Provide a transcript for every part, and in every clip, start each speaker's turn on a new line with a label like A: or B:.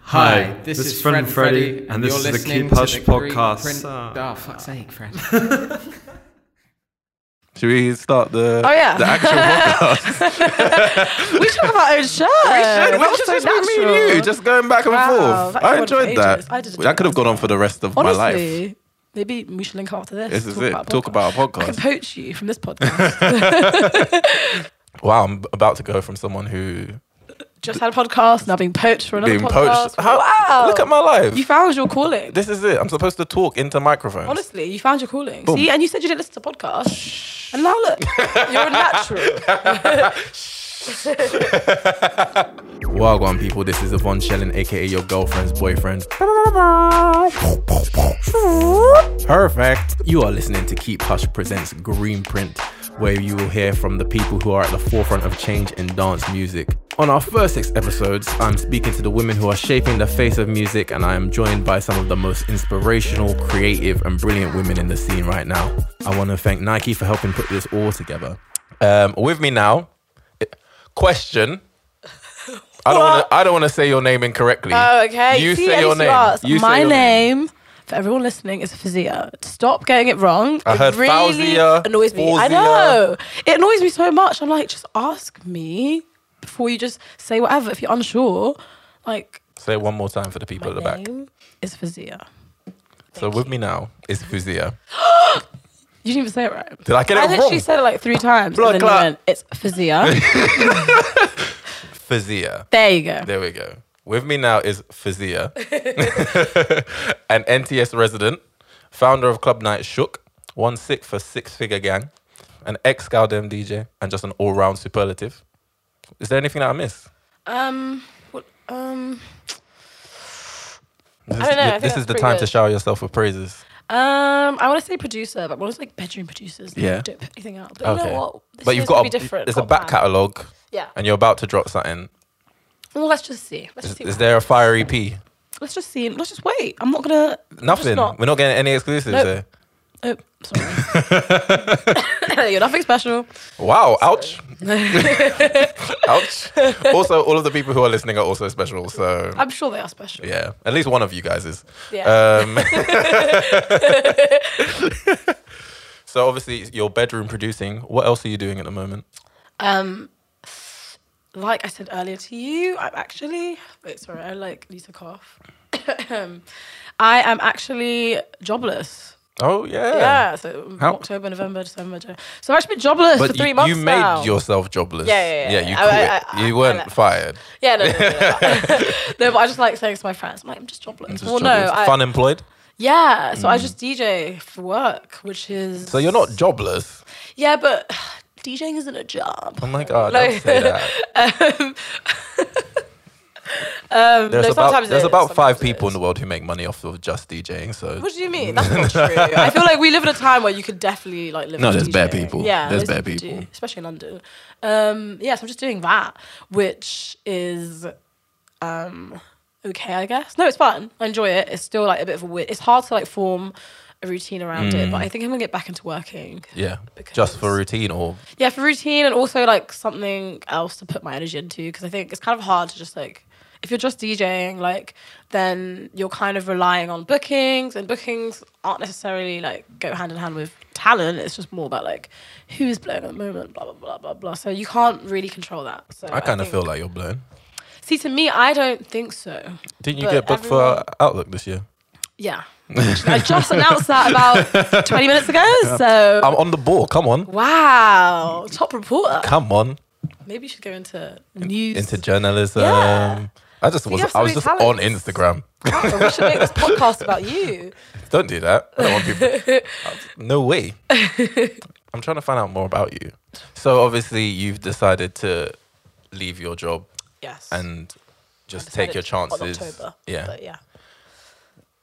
A: Hi, this, is Fred and Freddy, and this is the Ah, Keep Hush podcast.
B: oh, fuck's sake, Fred.
C: Should we start the
D: Oh, yeah.
C: the actual podcast?
D: We should have our own shirt. We
C: Shit, what was this with me and you? Just going back and
D: Wow,
C: forth. I
D: that could go on
C: enjoyed
D: for
C: that.
D: ages. I didn't
C: that could have
D: do
C: gone on for the rest of my
D: Honestly,
C: life.
D: maybe we should link up after this.
C: This is it.
D: about a
C: Talk
D: podcast.
C: about a
D: I can
C: podcast.
D: poach you from this podcast.
C: Wow, I'm about to go from someone who
D: Just had a podcast, now being poached for another
C: being
D: podcast.
C: poached. How-
D: wow.
C: Look at my life.
D: You found your calling.
C: this is it. I'm supposed to talk into microphones.
D: Honestly, you found your calling.
C: Boom.
D: See, and you said you didn't listen to podcasts. And now look, you're a natural.
C: Wagwan people, this is Yvonne Shellen, aka your girlfriend's boyfriend. Perfect. You are listening to Keep Hush Presents Green Print, where you will hear from the people who are at the forefront of change in dance music. On our first six episodes, I'm speaking to the women who are shaping the face of music, and I am joined by some of the most inspirational, creative, and brilliant women in the scene right now. I want to thank Nike for helping put this all together. Um, with me now, question. I don't want to. I don't want to say your name incorrectly.
D: Oh, okay.
C: You
D: See,
C: say
D: at
C: your
D: least
C: name.
D: asked.
C: You say
D: My
C: your
D: name, for everyone listening is Fazia. Stop getting it wrong.
C: I
D: it
C: heard
D: really
C: Fauzia,
D: annoys me. I
C: Fauzia.
D: know. It annoys me so much. I'm like, just ask me before you just say whatever. If you're unsure, like
C: Say it one more time for the people at the
D: my
C: back.
D: name is Fazia.
C: So with me now is Fuzia.
D: You didn't even say it right.
C: Did I get
D: I
C: it
D: literally
C: wrong?
D: said it like three times.
C: Blood
D: and then you
C: clot.
D: went, it's Fazia.
C: Fuzia.
D: there you go.
C: There we go. With me now is Fazia, an NTS resident, founder of Club Night Shook, one sick for Six Figure Gang, an ex Gaudem DJ, and just an all round superlative. Is there anything that I miss?
D: Um, what, um,
C: This,
D: I don't know, I
C: is,
D: think
C: this
D: that's
C: is the
D: pretty
C: time
D: good.
C: to shower yourself with praises.
D: Um, I want to say producer, but I want to say like bedroom producers. They
C: Yeah.
D: Don't put anything out. But you know what? This
C: but
D: year's
C: you've
D: gonna
C: got
D: be
C: a,
D: different.
C: there's a
D: Got
C: back
D: plans.
C: catalogue,
D: Yeah.
C: and you're about to drop something.
D: Well, let's just see. Let's
C: Is,
D: just see.
C: is
D: what-
C: there a fire EP?
D: Let's just see. Let's just wait. I'm not gonna. I'm just
C: Nothing.
D: Not,
C: We're not getting any exclusives
D: Nope.
C: there.
D: oh, sorry. You're nothing special.
C: Wow, ouch. ouch. Also, all of the people who are listening are also special. So,
D: I'm sure they are special.
C: yeah, at least one of you guys is.
D: Yeah.
C: Um, so, obviously, you're bedroom producing. What else are you doing at the moment?
D: Um, like I said earlier to you, I'm actually. Wait, sorry. I like need to cough. Um, I am actually jobless.
C: Oh, yeah.
D: Yeah. so
C: How-
D: October, November, December. Jan- So I've actually been jobless
C: But
D: for three
C: you, you
D: months
C: made
D: now.
C: yourself jobless.
D: Yeah, yeah, yeah,
C: you
D: yeah.
C: quit.
D: I- I- I-
C: you
D: I-
C: weren't
D: I-
C: fired.
D: Yeah, no, no, no, no, no. No, but I just like saying to my friends, I'm like, I'm just jobless.
C: Just
D: well,
C: jobless.
D: no, I,
C: Fun employed.
D: yeah. So I just DJ for work, which is
C: So you're not jobless.
D: Yeah, but DJing isn't a job.
C: Oh my god!
D: No.
C: Don't say that.
D: Um,
C: There's
D: no,
C: about
D: sometimes it
C: there's
D: is,
C: about five
D: sometimes it
C: people in
D: is.
C: the world who make money off of just DJing. So
D: What do you mean? That's not true. I feel like we live in a time where you could definitely like live.
C: No,
D: off
C: there's bare
D: DJing.
C: people.
D: Yeah,
C: There's bare
D: you do,
C: people.
D: especially in London. Um, yeah, so I'm just doing that, which is um, okay, I guess. No, it's fun. I enjoy it. It's still like a bit of a weird. It's hard to like form a routine around it,
C: Mm.
D: but I think I'm gonna get back into working.
C: yeah,
D: Because-
C: just for routine or
D: Yeah, for routine and also like something else to put my energy into because I think it's kind of hard to just like if you're just DJing like then you're kind of relying on bookings and bookings aren't necessarily like go hand in hand with talent. It's just more about like who is blowing at the moment, blah blah blah blah blah. So you can't really control that. So
C: I kind of
D: think-
C: feel like you're blown.
D: see to me I don't think so.
C: Didn't you
D: But
C: get booked
D: everyone-
C: for Outlook this year?
D: Yeah, I just announced that about 20 minutes ago. So
C: I'm on the ball. Come on,
D: wow, top reporter.
C: come on
D: Maybe you should go into news.
C: into journalism.
D: Yeah.
C: I just was
D: you have
C: I was
D: so
C: just
D: many
C: on
D: talents.
C: Instagram.
D: Oh, we should make this podcast about you.
C: Don't do that. I don't want people. no way. I'm trying to find out more about you. So obviously you've decided to leave your job
D: Yes.
C: and just
D: Decided
C: take your
D: on
C: chances.
D: October,
C: yeah.
D: But yeah.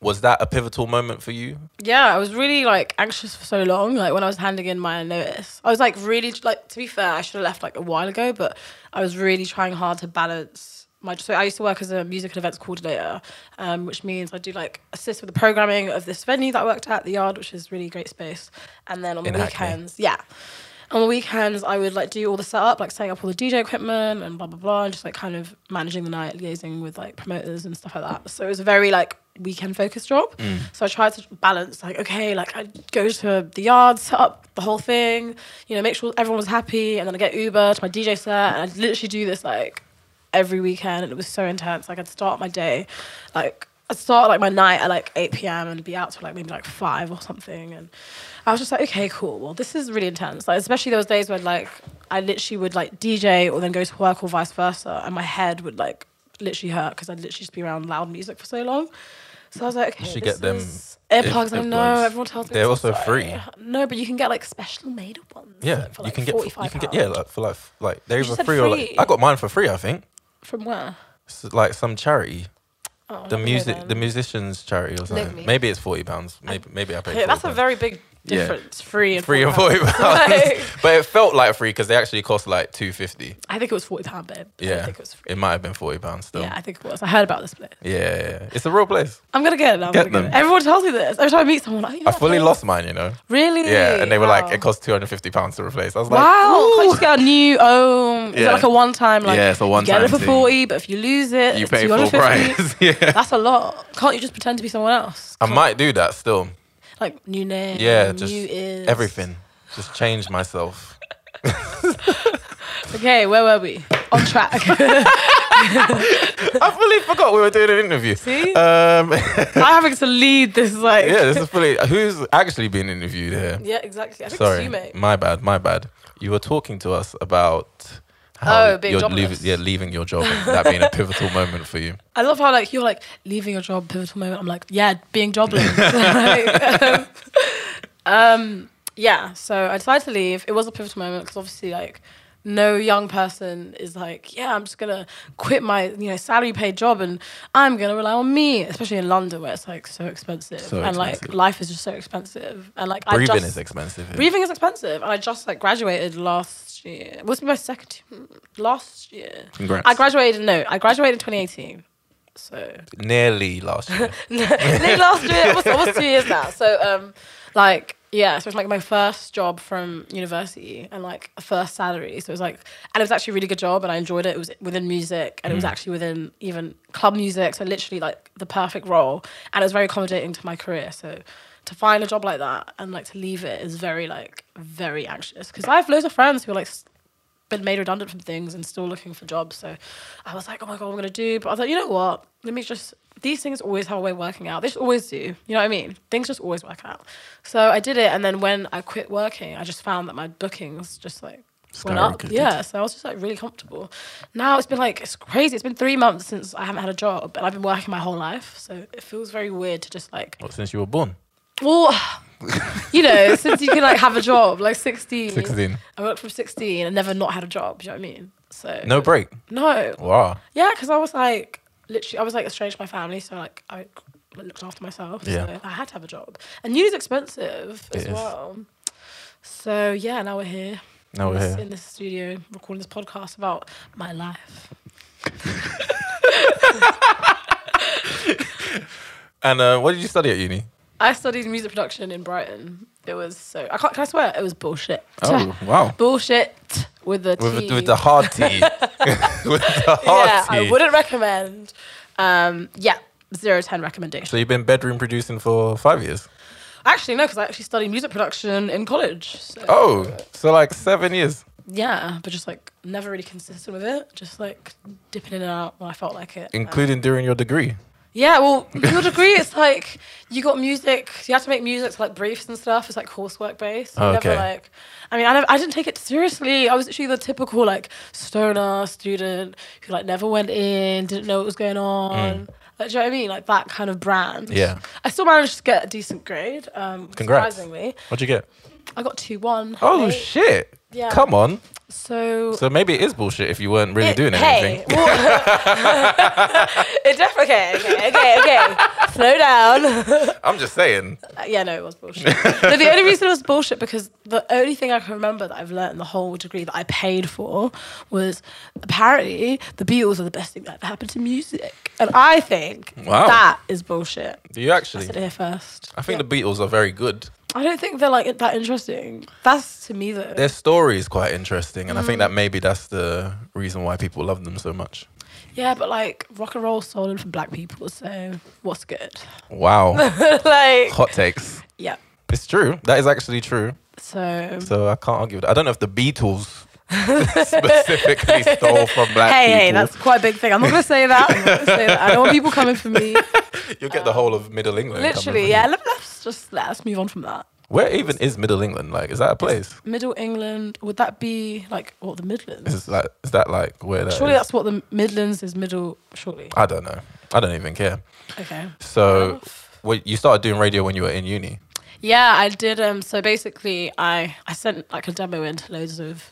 C: was that a pivotal moment for you?
D: Yeah, I was really like anxious for so long. Like when I was handing in my notice, I was like really like to be fair, I should have left like a while ago, but I was really trying hard to balance my. So I used to work as a music and events coordinator, um, which means I do like assist with the programming of this venue that I worked at, the Yard, which is really great space, and then on the
C: In Hackney.
D: weekends, yeah. on the weekends, I would like do all the setup, like setting up all the DJ equipment and blah blah blah, and just like kind of managing the night, liaising with like promoters and stuff like that. So it was a very like weekend focused job. So I tried to balance like okay, like I go to the yard, set up the whole thing, you know, make sure everyone was happy, and then I get Uber to my DJ set, and I literally do this like every weekend, and it was so intense. Like I'd start my day, like I'd start like my night at like 8 p.m. and be out till like maybe like five or something. And I was just like, okay, cool. Well, this is really intense. Like, especially those days when like I literally would like DJ or then go to work or vice versa, and my head would like literally hurt because I'd literally just be around loud music for so long. So I was like, okay,
C: should
D: this
C: get them
D: is- Earplugs,
C: ear-
D: I know.
C: earplugs.
D: Everyone tells me
C: They're
D: it's
C: also
D: like-
C: free.
D: No, but you can get like special made ones.
C: Yeah,
D: like, for,
C: you
D: like,
C: can get you
D: 45
C: can get yeah
D: pound.
C: like, for like f- like they're either
D: just said
C: free or like
D: free.
C: I got mine for free. I think
D: From where?
C: S like some charity,
D: Oh,
C: the
D: okay
C: music
D: then.
C: the musicians charity or something.
D: me.
C: Maybe it's forty pounds. Maybe maybe I paid.
D: Okay, that's a
C: £40.
D: very big
C: Yeah.
D: difference. Free and
C: free or
D: £40.
C: forty pounds,
D: Like-
C: but it felt like free because they actually cost like two fifty.
D: I think it was forty pound, babe.
C: Yeah,
D: I think it was free.
C: might have been forty pounds still.
D: Yeah,
C: Yeah.
D: I think it was. I heard about this place.
C: Yeah, yeah. it's a real place.
D: I'm gonna get it. I'm
C: Get
D: gonna
C: them.
D: Get it. Everyone tells me this every time I meet someone. Like,
C: I fully lost mine, you know.
D: Really?
C: Yeah, and they were like,
D: Wow.
C: it costs two hundred fifty pounds to replace. I was like,
D: Wow, can't you just get a new own? Is
C: Yeah.
D: it like a one time? Like,
C: Yeah, it's a
D: you
C: one-time
D: Get it for
C: thing.
D: forty, but if you lose it,
C: you
D: it's
C: pay full
D: 250.
C: price. yeah,
D: That's a lot. Can't you just pretend to be someone else?
C: I might do that still.
D: Like new name,
C: Yeah, just
D: new ears,
C: everything. Just change myself.
D: Okay, where were we? On track.
C: I fully forgot we were doing an interview. Um,
D: See? I'm having to lead this like.
C: yeah, this is fully. Who's actually being interviewed here?
D: Yeah, exactly. I think it's
C: Sorry,
D: you, mate.
C: my bad, my bad. You were talking to us about how
D: Oh, being
C: you're
D: jobless.
C: leaving, yeah, leaving your job, and that being a pivotal moment for you.
D: I love how like you're like leaving your job pivotal moment. I'm like, yeah, being jobless. Like, um, um, yeah. So I decided to leave. It was a pivotal moment because obviously like no young person is like, yeah, I'm just gonna quit my you know salary paid job and I'm gonna rely on me, especially in London where it's like so expensive
C: So
D: and
C: expensive.
D: like life is just so expensive and like I
C: Breathing
D: just,
C: is expensive. here.
D: breathing is expensive and I just like graduated last year. What's my second hmm, last year?
C: Congrats.
D: I graduated. No, I graduated in 2018. So
C: Nearly last year.
D: late last year, almost, almost two years now. So, um, like, yeah, so it's like my first job from university and like a first salary. So it was like, and it was actually a really good job and I enjoyed it. It was within music and it was actually within even club music. So literally like the perfect role. And it was very accommodating to my career. So to find a job like that and like to leave it is very, like, very anxious. Cause I have loads of friends who are like, s- been made redundant from things and still looking for jobs. So I was like, oh my God, what am I going to do? But I was like, you know what? Let me just, these things always have a way of working out. They just always do. You know what I mean? Things just always work out. So I did it. And then when I quit working, I just found that my bookings just like, Went up,
C: Skyrocketed.
D: yeah. So I was just like really comfortable. Now it's been like it's crazy. It's been three months since I haven't had a job, and I've been working my whole life. So it feels very weird to just like,
C: Well, since you were born,
D: well, you know, since you can like have a job, like sixteen,
C: sixteen,
D: I worked from 16 and never not had a job. Do you know what I mean? So
C: no break.
D: no,
C: Wow.
D: yeah, because I was like literally, I was like estranged from my family, so like I looked after myself.
C: Yeah.
D: so I had to have a job, and uni is expensive as
C: It is.
D: well. So yeah, now we're here,
C: Now we're
D: in
C: here.
D: this- in this studio recording this podcast about my life.
C: And uh, what did you study at uni?
D: I studied music production in Brighton. It was so I can't. Can I swear? It was bullshit.
C: wow.
D: bullshit with the
C: Oh. With,
D: T.
C: the- with the hard tea. with the hard
D: yeah,
C: tea.
D: I wouldn't recommend. Um, yeah, zero ten recommendation.
C: So you've been bedroom producing for five years.
D: Actually, no, because I actually studied music production in college. So,
C: Oh, so like seven years.
D: Yeah, but just like never really consistent with it. Just like dipping in and out when I felt like it. Uh,
C: including during your degree.
D: yeah, well, your degree, it's like you got music, you had to make music to like briefs and stuff. It's like coursework based. You
C: Oh, Okay.
D: Never like, I mean, I, never, I didn't take it seriously. I was actually the typical like stoner student who like never went in, didn't know what was going on. Like, do you know what I mean? Like that kind of brand.
C: Mm. Yeah.
D: I still managed to get a decent grade. Um,
C: Congrats.
D: Surprisingly,
C: What'd you get?
D: I got two one.
C: Oh shit!
D: Yeah.
C: Come on.
D: So,
C: So maybe it is bullshit if you weren't really
D: it-
C: doing
D: hey,
C: anything.
D: well- it definitely okay, okay, okay, okay. Slow down.
C: I'm just saying.
D: Uh, yeah, no, it was bullshit. no, the only reason it was bullshit because the only thing I can remember that I've learned in the whole degree that I paid for was apparently the Beatles are the best thing that ever happened to music, and I think
C: Wow.
D: that is bullshit.
C: Do you actually?
D: Sit here first.
C: I think the Beatles are very good.
D: I don't think they're like that interesting. That's to me though.
C: Their story is quite interesting, and I
D: Mm.
C: think that maybe that's the reason why people love them so much.
D: Yeah, but like rock and roll stolen from black people, so what's good?
C: Wow,
D: like
C: hot takes.
D: yeah.
C: It's true. That is actually true.
D: So
C: So I can't argue with that. I don't know if the Beatles specifically stole from black
D: hey,
C: people.
D: hey, that's quite a big thing. I'm not gonna say that. I'm not gonna say that. I don't want people coming for me.
C: You'll get the whole of Middle England. coming
D: Literally,
C: from
D: yeah.
C: you.
D: Let, us just let us move on from that.
C: Where even is Middle England? Like, is that a place?
D: Middle England, would that be like what the Midlands?
C: Is that is that like where that
D: Surely
C: is?
D: that's what the Midlands is middle. Surely.
C: I don't know. I don't even care.
D: Okay.
C: Uh, So, wait, you started doing radio when you were in uni.
D: Yeah, I did. Um, so basically, I I sent like a demo in to loads of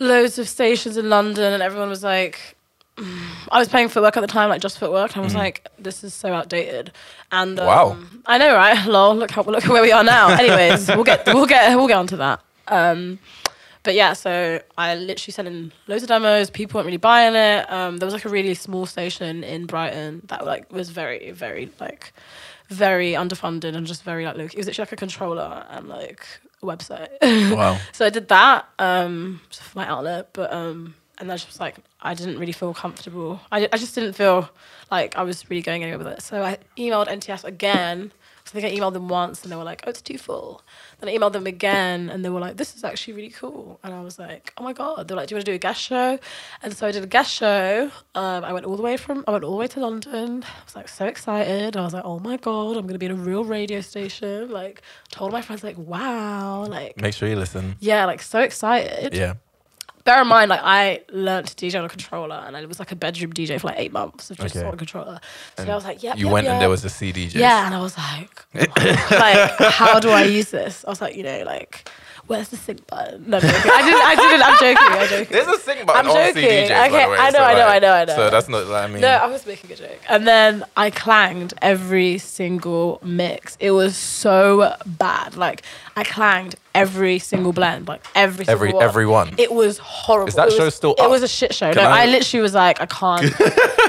D: loads of stations in London, and everyone was like, mm, I was playing footwork at the time, like just footwork, and I was like, this is so outdated. And um,
C: Wow.
D: I know, right? Lol, look how look where we are now. Anyways, we'll get we'll get we'll get onto that. Um, but yeah, so I literally sent in loads of demos. People weren't really buying it. Um, there was like a really small station in Brighton that like was very, very like very underfunded and just very like low. It was actually like a controller and like a website.
C: Wow.
D: so I did that um, just for my outlet, but um, and I just was like, I didn't really feel comfortable. I, I just didn't feel like I was really going anywhere with it. So I emailed NTS again. So I think I emailed them once and they were like, oh, it's too full. Then I emailed them again and they were like, this is actually really cool. And I was like, oh my God. They were like, do you want to do a guest show? And so I did a guest show. Um, I went all the way from, I went all the way to London. I was like so excited. I was like, oh my God, I'm going to be in a real radio station. Like, told my friends, like, wow. Like,
C: Make sure you listen.
D: yeah, like so excited
C: Yeah.
D: bear in mind, like I learned to DJ on a controller, and I was like a bedroom DJ for like eight months of just
C: Okay.
D: on a controller. So I was like, yeah,
C: You went and there was a CDJ.
D: yeah, and I was like, like, how do I use this? I was like, you know, like, where's the sync button? No, I'm joking. I didn't. I didn't. I'm joking. I'm joking.
C: There's a sync button
D: I'm
C: on
D: joking.
C: CDJs, by
D: Okay,
C: the way.
D: I know,
C: so
D: I
C: like-
D: know, I know, I know.
C: So that's not, like, I mean,
D: No, I was making a joke. And then I clanged every single mix. It was so bad. Like I clanged every single blend, like every single
C: Every-
D: one.
C: every one.
D: It was horrible.
C: Is that
D: it
C: show
D: was,
C: still
D: It
C: up?
D: was a shit show.
C: Can
D: no,
C: I-
D: I, literally was like, I can't.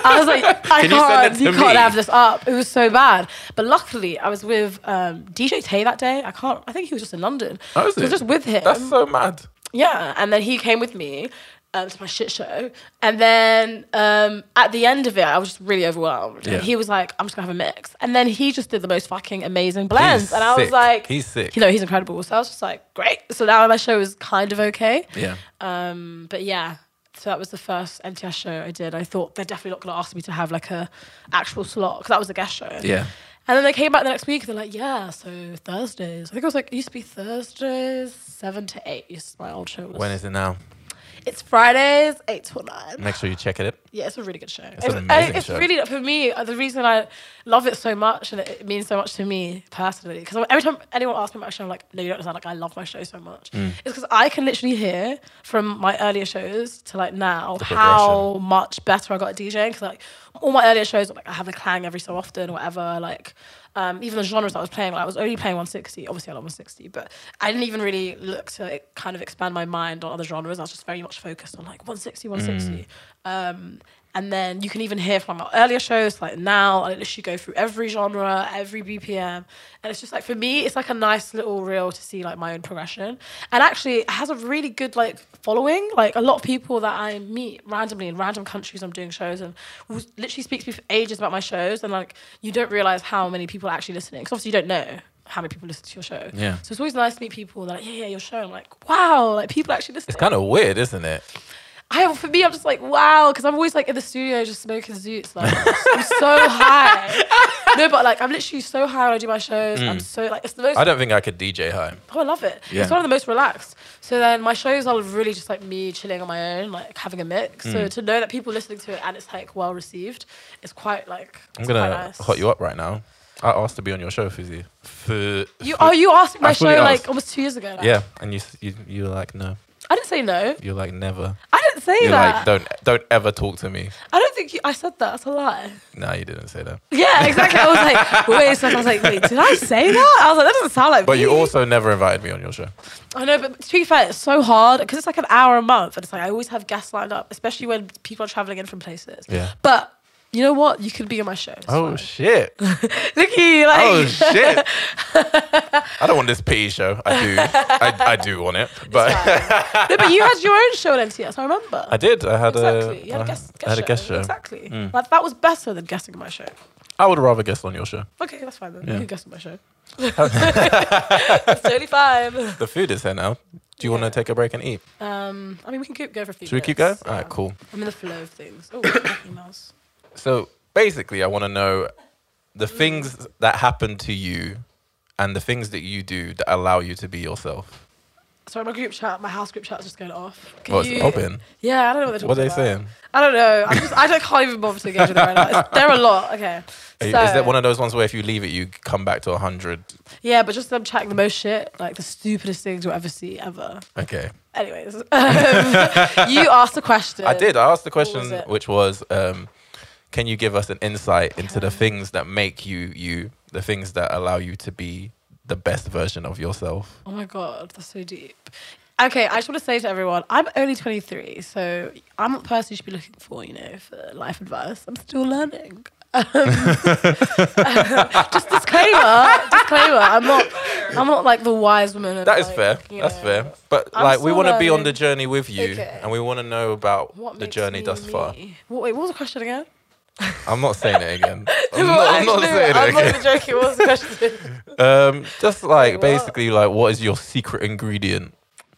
D: I was like, I
C: Can you send
D: can't.
C: it
D: You,
C: to
D: can't
C: me?
D: have this up. It was so bad. But luckily, I was with um, DJ Tay that day. I can't. I think he was just in London.
C: Oh, is
D: So I
C: it?
D: was just with him.
C: that's so mad.
D: Yeah, and then he came with me um, to my shit show, and then um, at the end of it, I was just really overwhelmed.
C: Yeah.
D: And he was like, "I'm just gonna have a mix," and then he just did the most fucking amazing blends,
C: He's
D: and I was
C: sick.
D: like,
C: He's sick.
D: You know, he's incredible. So I was just like, "Great!" So now my show is kind of okay.
C: Yeah.
D: Um, but yeah, so that was the first NTS show I did. I thought they're definitely not gonna ask me to have like a actual slot because that was a guest show.
C: Yeah.
D: And then they came back the next week. They're like, "Yeah, so Thursdays." I think it was like it used to be Thursdays seven to eight. Used to be my old show. Was.
C: When is it now?
D: It's Fridays, eight till nine.
C: Make sure you check it.
D: Yeah, it's a really good show. It's,
C: an amazing
D: I- it's
C: show.
D: really for me uh, the reason I love it so much and it, it means so much to me personally. Because every time anyone asks me about a show, I'm like, no, you don't understand. Like, I love my show so much. It's because I can literally hear from my earlier shows to like now how
C: progression.
D: much better I got at DJing. Because like all my earlier shows, like I have a clang every so often or whatever. Like um, even the genres that I was playing, like I was only playing 160. Obviously, I love 160, but I didn't even really look to like, kind of expand my mind on other genres. I was just very much focused on like 160, 160. Um, and then you can even hear from my earlier shows, like now, I literally go through every genre, every BPM. And it's just like, for me, it's like a nice little reel to see like my own progression. And actually, it has a really good like following. Like a lot of people that I meet randomly in random countries I'm doing shows and will literally speak to me for ages about my shows. And like, you don't realize how many people are actually listening. Because obviously, you don't know how many people listen to your show.
C: Yeah.
D: So it's always nice to meet people that, are like, yeah, yeah, your show. I'm like, wow, like people actually listen.
C: It's kind of weird, isn't it?
D: I for me, I'm just like wow, because I'm always like in the studio just smoking zoots. Like I'm so high. No, but like I'm literally so high when I do my shows. I'm so like it's the most.
C: Mm. I don't think I could DJ high.
D: oh, I love it.
C: Yeah.
D: It's one of the most relaxed. So then my shows are really just like me chilling on my own, like having a mix. So
C: Mm.
D: to know that people listening to it and it's like well received, it's quite like
C: I'm
D: it's
C: gonna
D: quite nice.
C: hot you up right now. I asked to be on your show, Fizzy. F-
D: You oh you asked my
C: I
D: show
C: fully asked.
D: like almost two years ago. now.
C: yeah, and you s- you you're like no,
D: I didn't say no.
C: you're like never.
D: I didn't say
C: You're
D: that.
C: like don't don't ever talk to me.
D: I don't think you, I said that. That's a lie.
C: No, you didn't say that.
D: Yeah, exactly. I was like, wait a second. I was like, wait, did I say that? I was like, that doesn't sound like
C: But you
D: me.
C: also never invited me on your show.
D: I know, but to be fair, it's so hard because it's like an hour a month, and it's like I always have guests lined up, especially when people are traveling in from places.
C: Yeah.
D: But You know what? You could be on my show. It's
C: Oh
D: fine.
C: shit!
D: Look at you, like
C: Oh shit! I don't want this PE show. I do. I, I do want it, but
D: no, but you had your own show at NCS. I remember.
C: I did. I had
D: Exactly.
C: a.
D: You had
C: I
D: a guest, guest
C: had a guest show. Mm.
D: Exactly. Like, that was better than guessing my show.
C: I would rather guest on your show.
D: Okay, that's fine then.
C: Yeah.
D: You can guess my show. it's totally fine.
C: The food is here now. Do you want to take a break and eat?
D: Um, I mean, we can keep going for a few
C: Should we keep going?
D: minutes.
C: All right, cool.
D: I'm in the flow of things. Oh, emails.
C: So basically, I want to know the things that happen to you and the things that you do that allow you to be yourself.
D: Sorry, my group chat, my house group chat is just going off. Can
C: Oh, it's
D: you-
C: open.
D: Yeah, I don't know what they're talking
C: What are they
D: about.
C: saying?
D: I don't know. I'm just, I don't, can't even bother to engage with them right now. It's, they're a lot. Okay.
C: Are you-
D: So,
C: is that one of those ones where if you leave it, you come back to 100?
D: yeah, but just them chatting the most shit, like the stupidest things you'll ever see ever.
C: Okay.
D: Anyways, um, you asked a question.
C: I did. I asked the question,
D: was it?
C: which was um, can you give us an insight into the things that make you you, the things that allow you to be the best version of yourself?
D: Oh my god, that's so deep. Okay, I just want to say to everyone, I'm only 23, so I'm not the person you should be looking for, you know, for life advice. I'm still learning. Um, just disclaimer, disclaimer. I'm not, I'm not like the wise woman. of,
C: That is
D: like,
C: fair.
D: you
C: That's
D: know,
C: fair. But
D: I'm
C: like, we
D: still
C: want to be on
D: learning.
C: the journey with you
D: Okay.
C: and we want to know about
D: What
C: the
D: makes
C: journey
D: me
C: thus far.
D: me? What, wait, what was the question again?
C: I'm not saying it again. I'm
D: Well,
C: not, I'm not
D: actually,
C: saying
D: I'm
C: it
D: not
C: again.
D: even joking. What was the question?
C: Um, just like
D: what?
C: basically, like what is your secret ingredient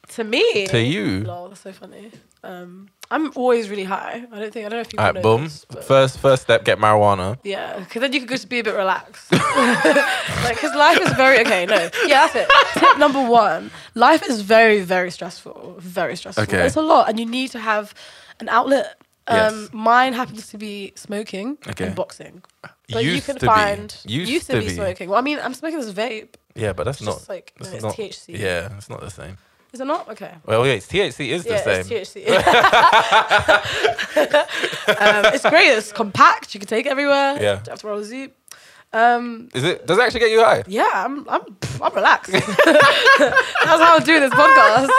D: to me.
C: to you? All
D: Lol, that's so funny. Um, I'm always really high. I don't think I don't know if you.
C: right, boom.
D: But...
C: First, first step, get marijuana.
D: Yeah, because then you could just be a bit relaxed. like, because life is very okay. No, yeah, that's it. Tip number one: life is very, very stressful. Very stressful.
C: Okay.
D: It's a lot, and you need to have an outlet. Um,
C: Yes.
D: Mine happens to be smoking
C: Okay.
D: and boxing. But you
C: Used
D: can
C: to be.
D: find
C: Used
D: to,
C: to
D: be,
C: be.
D: smoking. Well, I mean, I'm smoking this vape.
C: Yeah, but that's
D: It's
C: not.
D: just like no,
C: that's
D: it's
C: not-
D: THC.
C: Yeah, it's not the same.
D: Is it not? Okay.
C: Well, yeah, it's THC is
D: Yeah,
C: the
D: it's
C: same.
D: THC. um, it's great. It's compact. You can take it everywhere.
C: Yeah.
D: Don't have to roll a zoop. Um,
C: Is it? Does it actually get you high?
D: yeah, I'm I'm pff, I'm relaxed. That's how I do this podcast.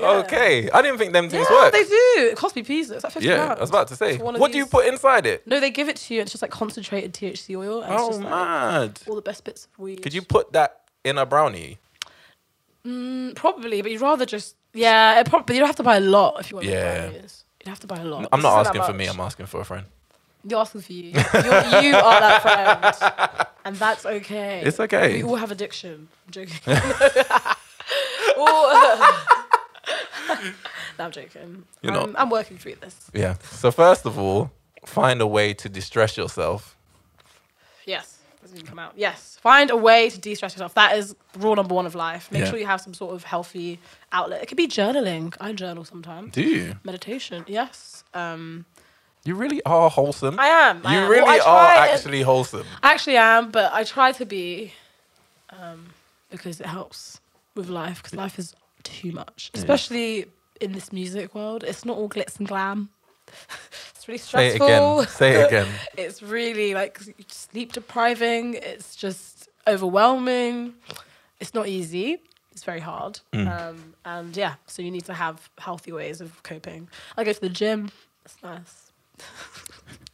C: Okay, I didn't think them things
D: yeah,
C: work.
D: they do. It costs me peas. though. It's like fifty
C: yeah,
D: pounds.
C: I was about to say.
D: It's one of
C: What do you
D: these-
C: put inside it?
D: No, they give it to you. It's just like concentrated THC oil. And it's
C: Oh
D: just like
C: mad!
D: all the best bits of weed.
C: Could you put that in a brownie?
D: Mm, probably, but you'd rather just yeah. It probably you'd have to buy a lot if you want.
C: Yeah.
D: Yeah. You'd have to buy a lot.
C: I'm
D: This
C: not
D: isn't
C: asking
D: that
C: for me.
D: much.
C: I'm asking for a friend.
D: You're asking for you. You're, you are that friend, and that's okay.
C: It's okay.
D: We all have addiction. I'm joking. All- no, I'm joking.
C: You're
D: I'm, I'm working through this.
C: Yeah. So first of all, find a way to distress yourself.
D: Yes, that's gonna come out. Yes, find a way to de-stress yourself. That is rule number one of life. Make
C: Yeah.
D: sure you have some sort of healthy outlet. It could be journaling. I journal sometimes.
C: Do you?
D: Meditation. Yes. Um,
C: You really are wholesome.
D: I am. I
C: you
D: am. Well,
C: really
D: I
C: are
D: try and-
C: actually wholesome.
D: I actually am, but I try to be um, because it helps with life because life is too much, especially in this music world. It's not all glitz and glam. it's really
C: Say it
D: stressful.
C: again. Say it again.
D: it's really like sleep depriving. It's just overwhelming. It's not easy. It's very hard.
C: Mm.
D: Um, and yeah, so you need to have healthy ways of coping. I go to the gym. That's nice.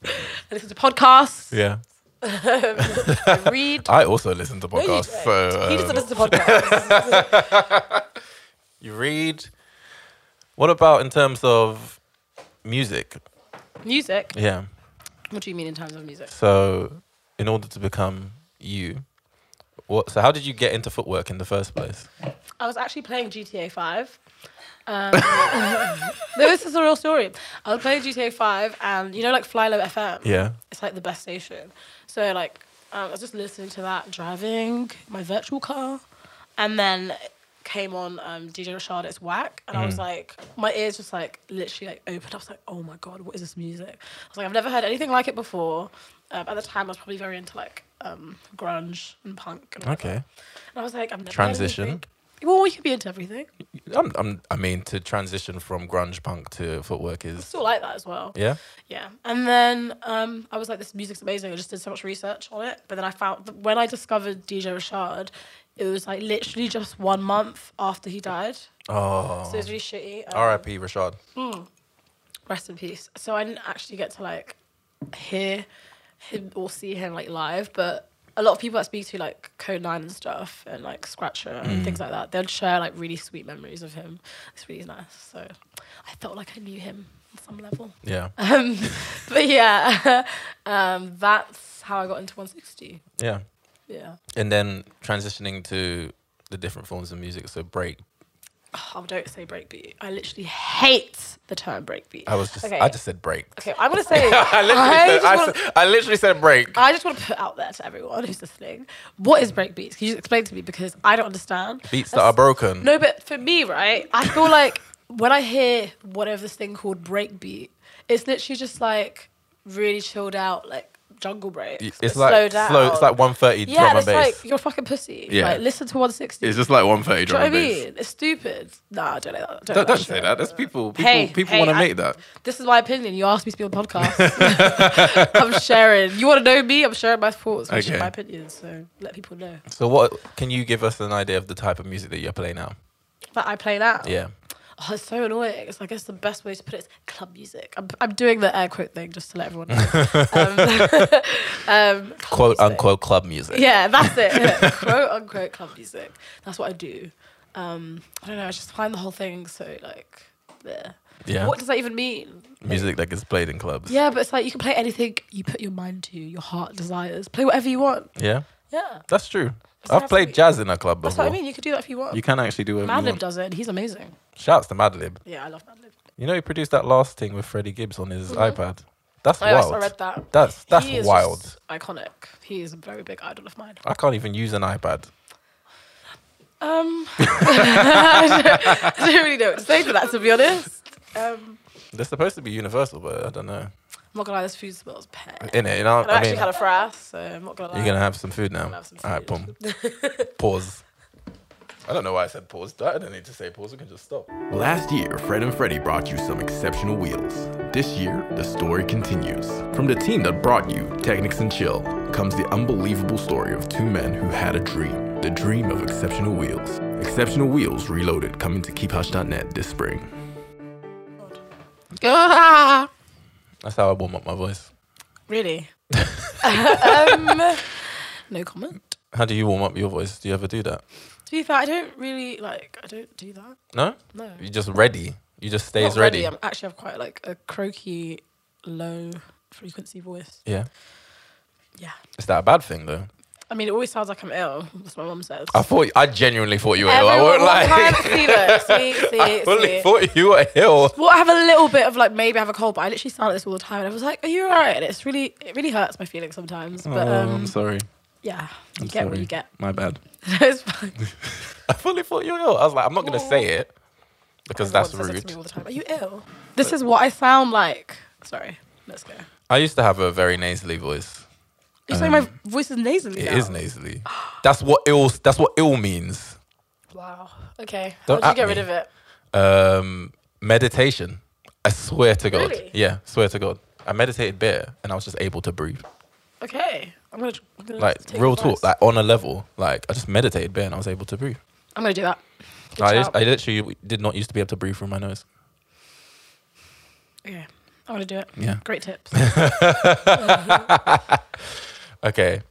D: I listen to podcasts.
C: Yeah.
D: I read.
C: I also listen to
D: No, you
C: podcasts.
D: don't.
C: so
D: he
C: um,
D: doesn't listen to podcasts.
C: you read. What about in terms of music?
D: music.
C: Yeah.
D: What do you mean in terms of music?
C: So in order to become you, what? So how did you get into footwork in the first place?
D: I was actually playing GTA Five. Um, no, this is a real story. I was playing GTA Five, and you know, like Flylo FM.
C: Yeah.
D: It's like the best station. So like, um, I was just listening to that driving my virtual car, and then came on um, DJ Rashad. It's whack, and
C: Mm.
D: I was like, my ears just like literally like opened. I was like, oh my god, what is this music? I was like, I've never heard anything like it before. Um, at the time, I was probably very into like um, grunge and punk. And all that.
C: Okay.
D: And I was like, I'm never heard
C: Transition.
D: anything. Well, you could be into everything.
C: I'm, I'm, I mean, to transition from grunge punk to footwork is
D: Still like that as well.
C: yeah.
D: Yeah. And then um, I was like, this music's amazing. I just did so much research on it. But then I found that when I discovered DJ Rashad, it was like literally just one month after he died.
C: Oh.
D: So it was really shitty. Um,
C: R.I.P. Rashad.
D: Rest in peace. So I didn't actually get to like hear him or see him like live, but a lot of people I speak to, like Code Nine and stuff, and like Scratcher and things like that, they'll share like really sweet memories of him. It's really nice. So I felt like I knew him on some level.
C: Yeah.
D: Um, but yeah, um, that's how I got into 160.
C: Yeah.
D: Yeah.
C: And then transitioning to the different forms of music. So break.
D: Oh, don't say breakbeat. I literally hate the term breakbeat.
C: I was just
D: Okay.
C: I just said break.
D: Okay, I'm gonna say.
C: I, literally
D: I
C: said,
D: just
C: I,
D: wanna-
C: said- I literally said break.
D: I just want to put out there to everyone who's listening, what is breakbeats? Can you just explain to me because I don't understand.
C: Beats that are broken.
D: No, but for me, right, I feel like when I hear whatever this thing called breakbeat, it's literally just like really chilled out, like jungle breaks.
C: It's,
D: but
C: like
D: slowed down.
C: It's like 130
D: yeah,
C: drum
D: and
C: and
D: it's
C: bass.
D: like you're a fucking pussy.
C: Yeah.
D: like listen to 160.
C: it's just like 130
D: Do you
C: drum
D: know what I
C: and bass.
D: mean? It's stupid. Nah, I don't like that. I Don't,
C: Don't,
D: like
C: don't
D: shit.
C: say that. That's people. People,
D: Hey,
C: people
D: hey,
C: want to
D: I-
C: make that.
D: This is my opinion. You asked me to be on the podcast. I'm sharing. You want to know me? I'm sharing my thoughts, which
C: Okay.
D: is my opinion. So let people know.
C: So, what can you give us an idea of the type of music that you play now?
D: But I play that.
C: Yeah.
D: Oh, it's so annoying. So I guess the best way to put it is club music. I'm, I'm doing the air quote thing just to let everyone know. um, um, club
C: Quote
D: music.
C: unquote club music.
D: Yeah, that's it. quote unquote club music. That's what I do. Um, I don't know. I just find the whole thing so like, yeah.
C: Yeah.
D: What does that even mean?
C: Music that gets played in clubs.
D: Yeah, but it's like you can play anything you put your mind to, your heart desires. Play whatever you want.
C: Yeah.
D: Yeah.
C: That's true.
D: what
C: I've
D: I
C: played
D: think.
C: jazz in a club
D: That's
C: before.
D: what I mean. You could do that if you want.
C: You can actually do whatever you
D: Madlib
C: want.
D: does it. and He's amazing.
C: Shouts to Madlib.
D: Yeah, I love Madlib.
C: You know, he produced that last thing with Freddie Gibbs on his iPad. That's
D: Mm-hmm. I,
C: wild.
D: I read that.
C: That's that's
D: He is
C: wild. Uh.
D: just iconic. He is a very big idol of mine.
C: I can't even use an iPad.
D: Um, I don't- I don't really know what to say for that, to be honest. Um,
C: They're supposed to be universal, but I don't know.
D: I'm not gonna lie, this food smells pet.
C: In it, you know.
D: And I
C: I
D: actually
C: mean,
D: had a frass, so I'm not gonna lie.
C: you're gonna have some food now.
D: have some
C: All right, boom.
D: food.
C: pause. I don't know why I said pause. I don't need to say pause. We can just stop.
E: Last year, Fred and Freddy brought you some exceptional wheels. This year, the story continues. From the team that brought you Technics and Chill comes the unbelievable story of two men who had a dream the dream of exceptional wheels. Exceptional Wheels Reloaded coming to KeepHush.net this spring.
D: Ah,
C: That's how I warm up my voice.
D: really? um, no comment.
C: How do you warm up your voice? Do you ever do that?
D: To be fair, I don't really like. I don't do that.
C: No.
D: No.
C: You just ready. You just stays
D: Not
C: ready.
D: I'm actually have quite like a croaky, low frequency voice.
C: Yeah.
D: Yeah.
C: Is that a bad thing though?
D: I mean, it always sounds like I'm ill. That's what my mum says.
C: I thought I genuinely thought you were ill. I
D: Everyone-
C: won't
D: well,
C: lie.
D: can't see that. See, see,
C: I fully
D: see.
C: thought you were ill.
D: Well, I have a little bit of like maybe I have a cold, but I literally sound like this all the time. And I was like, "Are you alright?" And it's really, it really hurts my feelings sometimes. But um,
C: Oh, sorry.
D: yeah, you get what you get.
C: My bad.
D: it's fine.
C: I fully thought you were ill. I was like, I'm not gonna say it because that's
D: Everyone says that
C: rude.
D: to me all the time. Are you ill? This is what I sound like. Sorry, let's go.
C: I used to have a very nasally voice.
D: You're saying my voice is nasally.
C: Um, It
D: now?
C: is nasally. That's what ill. That's what ill means.
D: Wow. Okay.
C: Don't
D: How
C: at
D: did you get
C: me.
D: rid of it?
C: Um, meditation. I swear to God.
D: Really?
C: Yeah, swear to God. I meditated better, and I was just able to breathe.
D: Okay. I'm gonna, I'm gonna
C: Like
D: take
C: real
D: advice.
C: talk, like on a level. Like I just meditated better, and I was able to breathe.
D: I'm gonna do that. Good
C: I,
D: shout.
C: I literally did not used to be able to breathe through my nose.
D: Okay. I'm gonna do it.
C: Yeah.
D: Great tips.
C: Okay.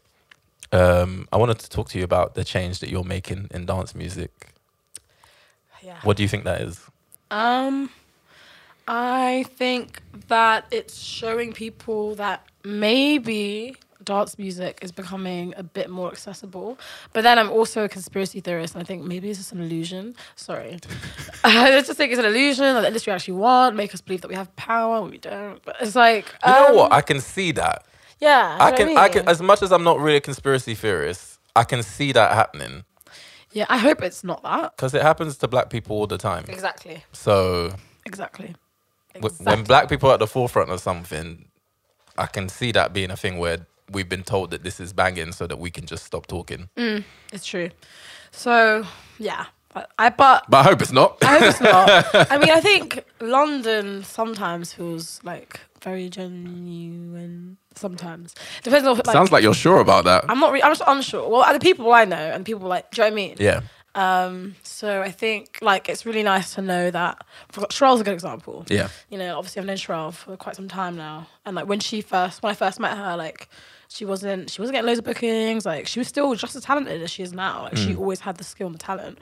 C: Um, I wanted to talk to you about the change that you're making in dance music.
D: yeah.
C: What do you think that is?
D: Um, I think that it's showing people that maybe dance music is becoming a bit more accessible. But then I'm also a conspiracy theorist, and I think maybe it's just an illusion. Sorry, I just think it's an illusion that the industry actually want make us believe that we have power, we don't. But it's like
C: You know what?
D: um,
C: I can see that.
D: yeah,
C: I
D: do
C: can,
D: you know what
C: I
D: mean?
C: can. As much as I'm not really a conspiracy theorist, I can see that happening
D: yeah, I hope it's not that.
C: because it happens to black people all the time.
D: Exactly.
C: So
D: Exactly.
C: w- when black people are at the forefront of something, I can see that being a thing where we've been told that this is banging, so that we can just stop talking.
D: Mm. It's true. So yeah, but I but
E: But I hope it's not.
D: I hope it's not. I mean, I think London sometimes feels like very genuine. Sometimes depends on. Like,
E: Sounds like you're sure about that.
D: I'm not. Re- I'm just unsure. Well, the people I know and people like. Do you know what I mean?
C: Yeah,
D: Um, so I think like it's really nice to know that Sherelle's a good example.
C: Yeah.
D: You know, obviously I've known Sherelle for quite some time now, and like when she first, when I first met her, like she wasn't she wasn't getting loads of bookings. Like she was still just as talented as she is now. Like she always had the skill and the talent,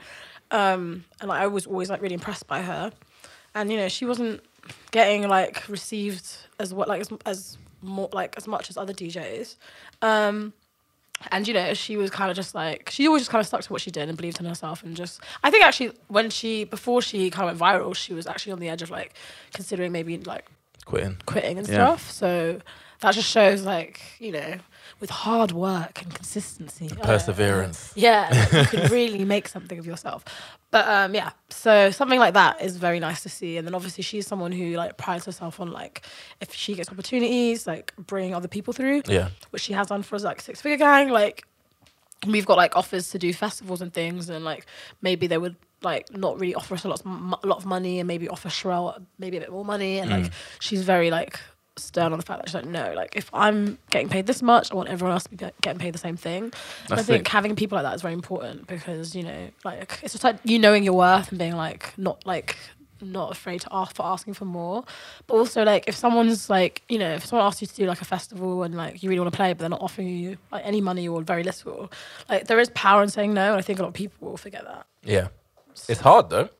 D: um, and like, I was always like really impressed by her. And you know, she wasn't getting like received as what like as, as more like as much as other DJs. Um, and you know she was kind of just like she always just kind of stuck to what she did and believed in herself and just i think actually when she before she kind of went viral she was actually on the edge of like considering maybe like
C: Quitting.
D: quitting and
C: Yeah.
D: stuff so that just shows like you know with hard work and consistency uh,
C: Perseverance.
D: yeah like, you can really make something of yourself but um yeah so something like that is very nice to see and then obviously she's someone who like prides herself on like if she gets opportunities like bringing other people through
C: Yeah.
D: which she has done for us like six figure gang like we've got like offers to do festivals and things and like maybe they would like not really offer us a lot of, m- a lot of money and maybe offer Sherelle maybe a bit more money and
C: Mm.
D: like she's very like stern on the fact that she's like no like if I'm getting paid this much I want everyone else to be get- getting paid the same thing and I
C: That's
D: think
C: sick.
D: having people like that is very important because you know like it's just like you knowing your worth and being like not like not afraid to ask for asking for more but also like if someone's like you know if someone asks you to do like a festival and like you really want to play but they're not offering you like any money or very little like there is power in saying no and I think a lot of people will forget that
C: Yeah. It's hard though.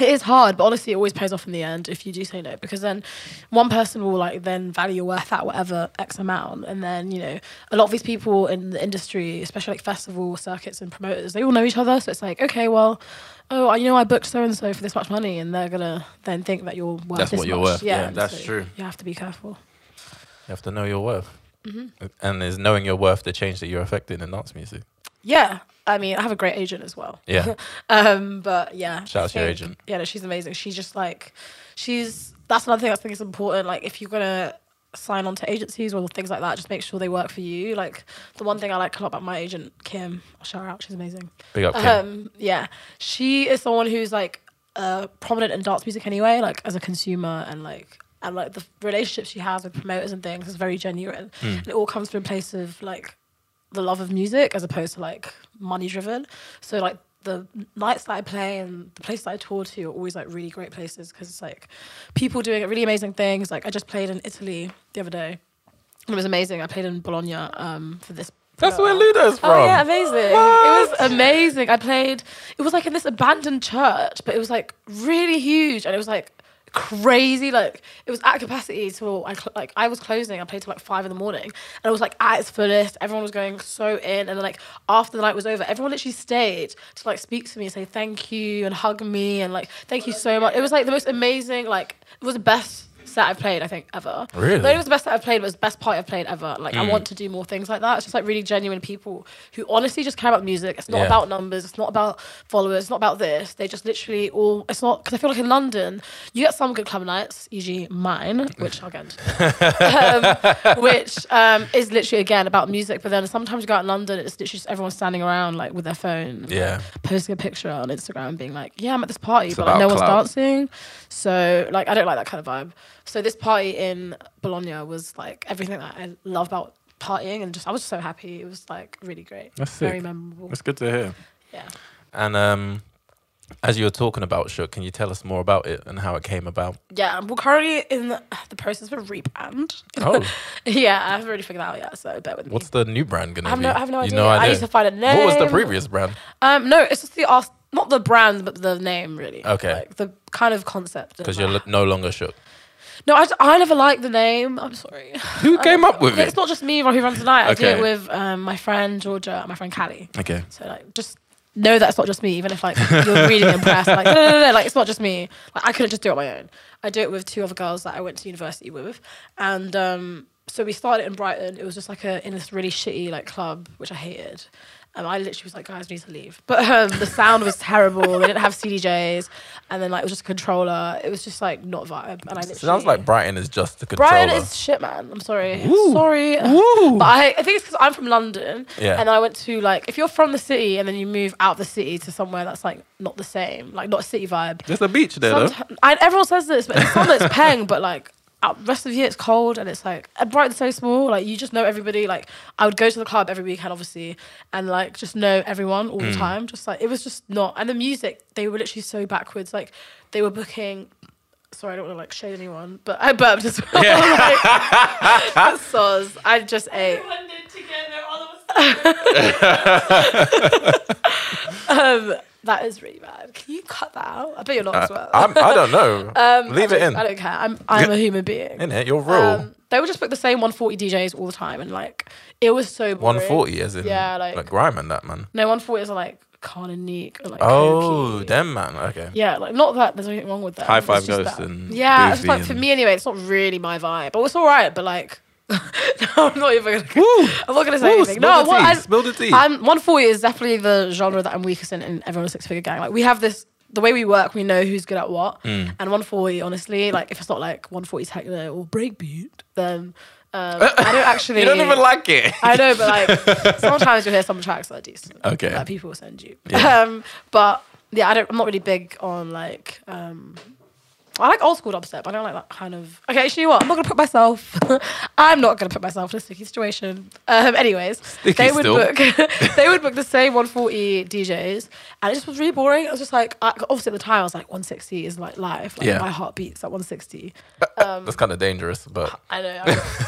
D: it is hard, but honestly, it always pays off in the end if you do say no, because then one person will like then value your worth at whatever X amount, and then you know a lot of these people in the industry, especially like festival circuits and promoters, they all know each other, so it's like okay, well, oh, I- you know, I booked so and so for this much money, and they're gonna then think that you're worth
C: That's
D: this
C: what you're
D: much.
C: worth. Yeah,
D: and
C: that's true.
D: You have to be careful.
C: You have to know your worth.
D: Mm-hmm.
C: And is knowing your worth the change that you're affecting in dance music.
D: Yeah, I mean, I have a great agent as well.
C: Yeah.
D: Um, but yeah.
C: Shout
D: I
C: out to your
D: think-
C: agent.
D: Yeah, no, she's amazing. She's just like, she's, that's another thing I think is important. Like, if you're going to sign on to agencies or things like that, just make sure they work for you. Like, the one thing I like a lot about my agent, Kim, I'll shout her out, she's amazing.
C: Big up, Kim.
D: Um, yeah, she is someone who's like uh, prominent in dance music anyway, like as a consumer and like and like the relationships she has with promoters and things is very genuine,
C: Hmm.
D: and it all comes from a place of like the love of music as opposed to like money driven. So like the nights that I play and the places that I tour to are always like really great places because it's like people doing really amazing things. Like I just played in Italy the other day. and It was amazing. I played in Bologna um, for this.
C: That's
D: promoter.
C: where Ludo's from.
D: Oh yeah, amazing! It was amazing. I played. It was like in this abandoned church, but it was like really huge, and it was like crazy. Like it was at capacity till I cl- like I was closing. I played till like five in the morning, and it was like at its fullest. Everyone was going so in, and then like after the night was over, everyone literally stayed to like speak to me and say thank you and hug me and like thank you so much. It was like the most amazing. Like it was the best set I've played I think ever.
C: Really?
D: Though it was the best that I've played, but it was the best part I've played ever. Like I want to do more things like that. It's just like really genuine people who honestly just care about music. It's not
C: Yeah.
D: about numbers. It's not about followers. It's not about this. They just literally all. It's not because I feel like in London you get some good club nights, e.g. mine, which I'll get into which um, is literally again about music. But then sometimes you go out in London, it's literally just everyone standing around like with their phone,
C: Yeah.
D: posting a picture on Instagram, being like, "Yeah, I'm at this party, but
C: about
D: like, no
C: clout.
D: one's dancing." So like, I don't like that kind of vibe. So this party in Bologna was like everything that I love about partying, and just I was so happy. It was like really great,
C: That's
D: very
C: sick.
D: memorable.
C: That's good to hear.
D: Yeah.
C: And um, as you were talking about Shook, can you tell us more about it and how it came about?
D: Yeah, we're currently in the process of a rebrand.
C: Oh,
D: yeah, I haven't really figured that out yet, so bear with me.
C: what's the new brand going to be?
D: I have no, I have no
C: You
D: idea.
C: No
D: I need to find a name.
C: What was the previous brand?
D: Um, no, it's just the ask, not the brand, but the name really.
C: Okay.
D: Like the kind of concept. and
C: Because
D: like-
C: you're l- no longer Shook.
D: uh, no, I, I never liked the name. I'm sorry.
C: Who came up with
D: it's
C: it?
D: not just me who runs the night. I
C: Okay.
D: do it with um, my friend Georgia and my friend Callie.
C: Okay.
D: So like, just know that's not just me. Even if like you're really impressed, like no, no, no, no, like it's not just me. Like I couldn't just do it on my own. I do it with two other girls that I went to university with, and um, so we started in Brighton. It was just like a in this really shitty like club, which I hated. And I literally was like, guys, we need to leave. But um, the sound was terrible. they didn't have CDJs, and then like it was just a controller. It was just like not vibe. And I literally,
C: Sounds like Brighton is just the controller.
D: Brian is shit, man. I'm sorry. Sorry. But I, I think it's because I'm from London.
C: Yeah.
D: And I went to, like, if you're from the city and then you move out of the city to somewhere that's, like, not the same, like, not city vibe.
C: There's a beach there, though.
D: Someti- I, everyone says this, but in the summer it's Peng, but, like, out rest of the year it's cold and it's like and Brighton's so small. Like you just know everybody. Like I would go to the club every weekend, obviously, and like just know everyone all the
C: Hmm.
D: time. Just like it was just not. And the music they were literally so backwards. Like they were booking. Sorry, I don't want to like shade anyone, but I burped as well. like, that's soz. I just ate. Um, that is really bad. Can you cut that out? I bet you're not as well.
C: Uh, I'm, I don't know.
D: Um,
C: Leave
D: I
C: it
D: don't-
C: in.
D: I don't care. I'm I'm a human being.
C: In it, you're real.
D: Um, they would just book the same 140 DJs all the time, and like it was so boring.
C: 140 as in
D: Yeah, like-
C: grime and that man.
D: No, 140 is like Khan and Nick or like
C: Oh,
D: Koki.
C: them man. Okay.
D: Yeah, like not that there's anything wrong with that.
C: High
D: It's
C: Five
D: just
C: Ghost
D: that-
C: and
D: yeah, it's
C: Boozy
D: like for
C: and-
D: me anyway, it's not really my vibe. But it's all right. But like, no, I'm not even. Gonna, I'm not gonna say
C: Woo,
D: anything.
C: spill
D: No,
C: the
D: what
C: tea,
D: I,
C: spill the tea.
D: I'm 140 is definitely the genre that I'm weakest in in everyone's six figure gang. Like we have this. The way we work, we know who's good at what.
C: Mm.
D: And 140, honestly, like if it's not like 140 techno or breakbeat, then um, I don't actually.
C: You don't even like it.
D: I know, but like sometimes you'll hear some tracks that are decent.
C: Okay.
D: That people will send you. Um, but yeah, I don't I'm not really big on like um I like old school dubstep. I don't like that kind of Okay, actually you know what? I'm not gonna put myself I'm not gonna put myself in a sticky situation. Um anyways, they would
C: still.
D: book they would book the same 140 DJs and it just was really boring. I was just like I, obviously at the time I was like 160 is like live. Like
C: Yeah.
D: my heart beats at 160.
C: That's kind of dangerous, but
D: I know.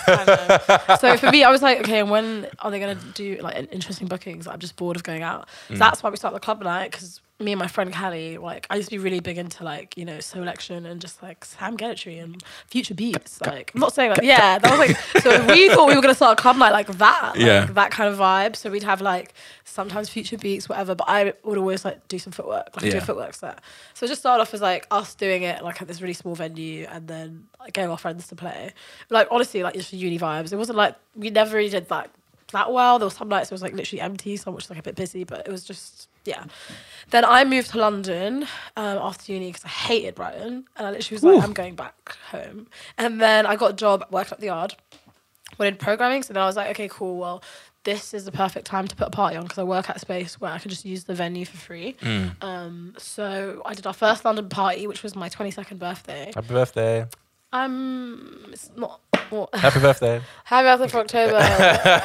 D: I know, I know. so for me, I was like, okay, and when are they going to do like an- interesting bookings? I'm just bored of going out. So that's why we started the club night because me and my friend Callie, like, I used to be really big into like you know selection and just like Sam Gennetry and Future Beats. Like, I'm not saying like yeah, that was like so we thought we were going to start a club night like that, like,
C: Yeah.
D: that kind of vibe. So we'd have like sometimes Future Beats, whatever. But I would always like do some footwork, like do
C: Yeah.
D: a footwork set. So it just started off as like us doing it like at this really small venue and then like, getting our friends to play. Like honestly, like just uni vibes. It wasn't like we never really did that that well. There were some nights it was like literally empty, some which was like a bit busy, but it was just yeah. Then I moved to London um, after uni because I hated Brighton, and I literally was like, I'm going back home. And then I got a job working up the yard when in programming. So then I was like, okay, cool. Well, this is the perfect time to put a party on because I work at a space where I can just use the venue for free.
C: Mm.
D: Um, so I did our first London party, which was my 22nd birthday.
C: happy birthday.
D: Um, it's not. Well,
C: Happy birthday.
D: happy birthday for October. 19,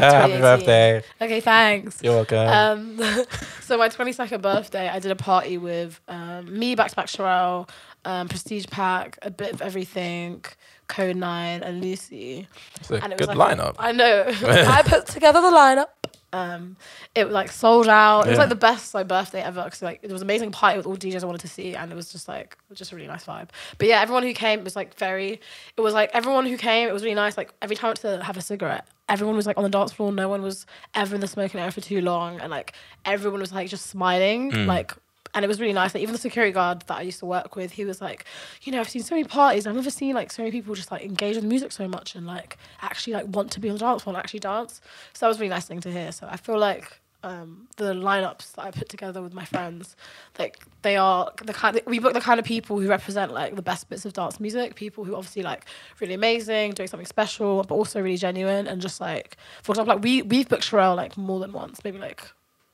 C: happy birthday.
D: Okay, thanks.
C: You're welcome.
D: Um, so my 22nd birthday, I did a party with um, me, Back to Back Sherelle, um, Prestige Pack, a bit of everything, Code Nine, and Lucy.
C: it's a
D: And it
C: good
D: was like,
C: lineup.
D: I know. I put together the lineup. Um, it like sold out. It was
C: Yeah.
D: like the best like birthday ever because like it was an amazing party with all DJs I wanted to see, and it was just like just a really nice vibe. But yeah, everyone who came was like very. It was like everyone who came. It was really nice. Like every time I went to have a cigarette, everyone was like on the dance floor. No one was ever in the smoking area for too long, and like everyone was like just smiling,
C: Mm.
D: like and it was really nice. Like even the security guard that I used to work with, he was like, you know, I've seen so many parties. I've never seen like so many people just like engage with music so much and like actually like want to be on the dance floor and actually dance. So that was a really nice thing to hear. So I feel like um, the lineups that I put together with my friends, like they are the kind we book the kind of people who represent like the best bits of dance music. People who obviously like really amazing, doing something special, but also really genuine and just like for example, like we we've booked Sherelle like more than once, maybe like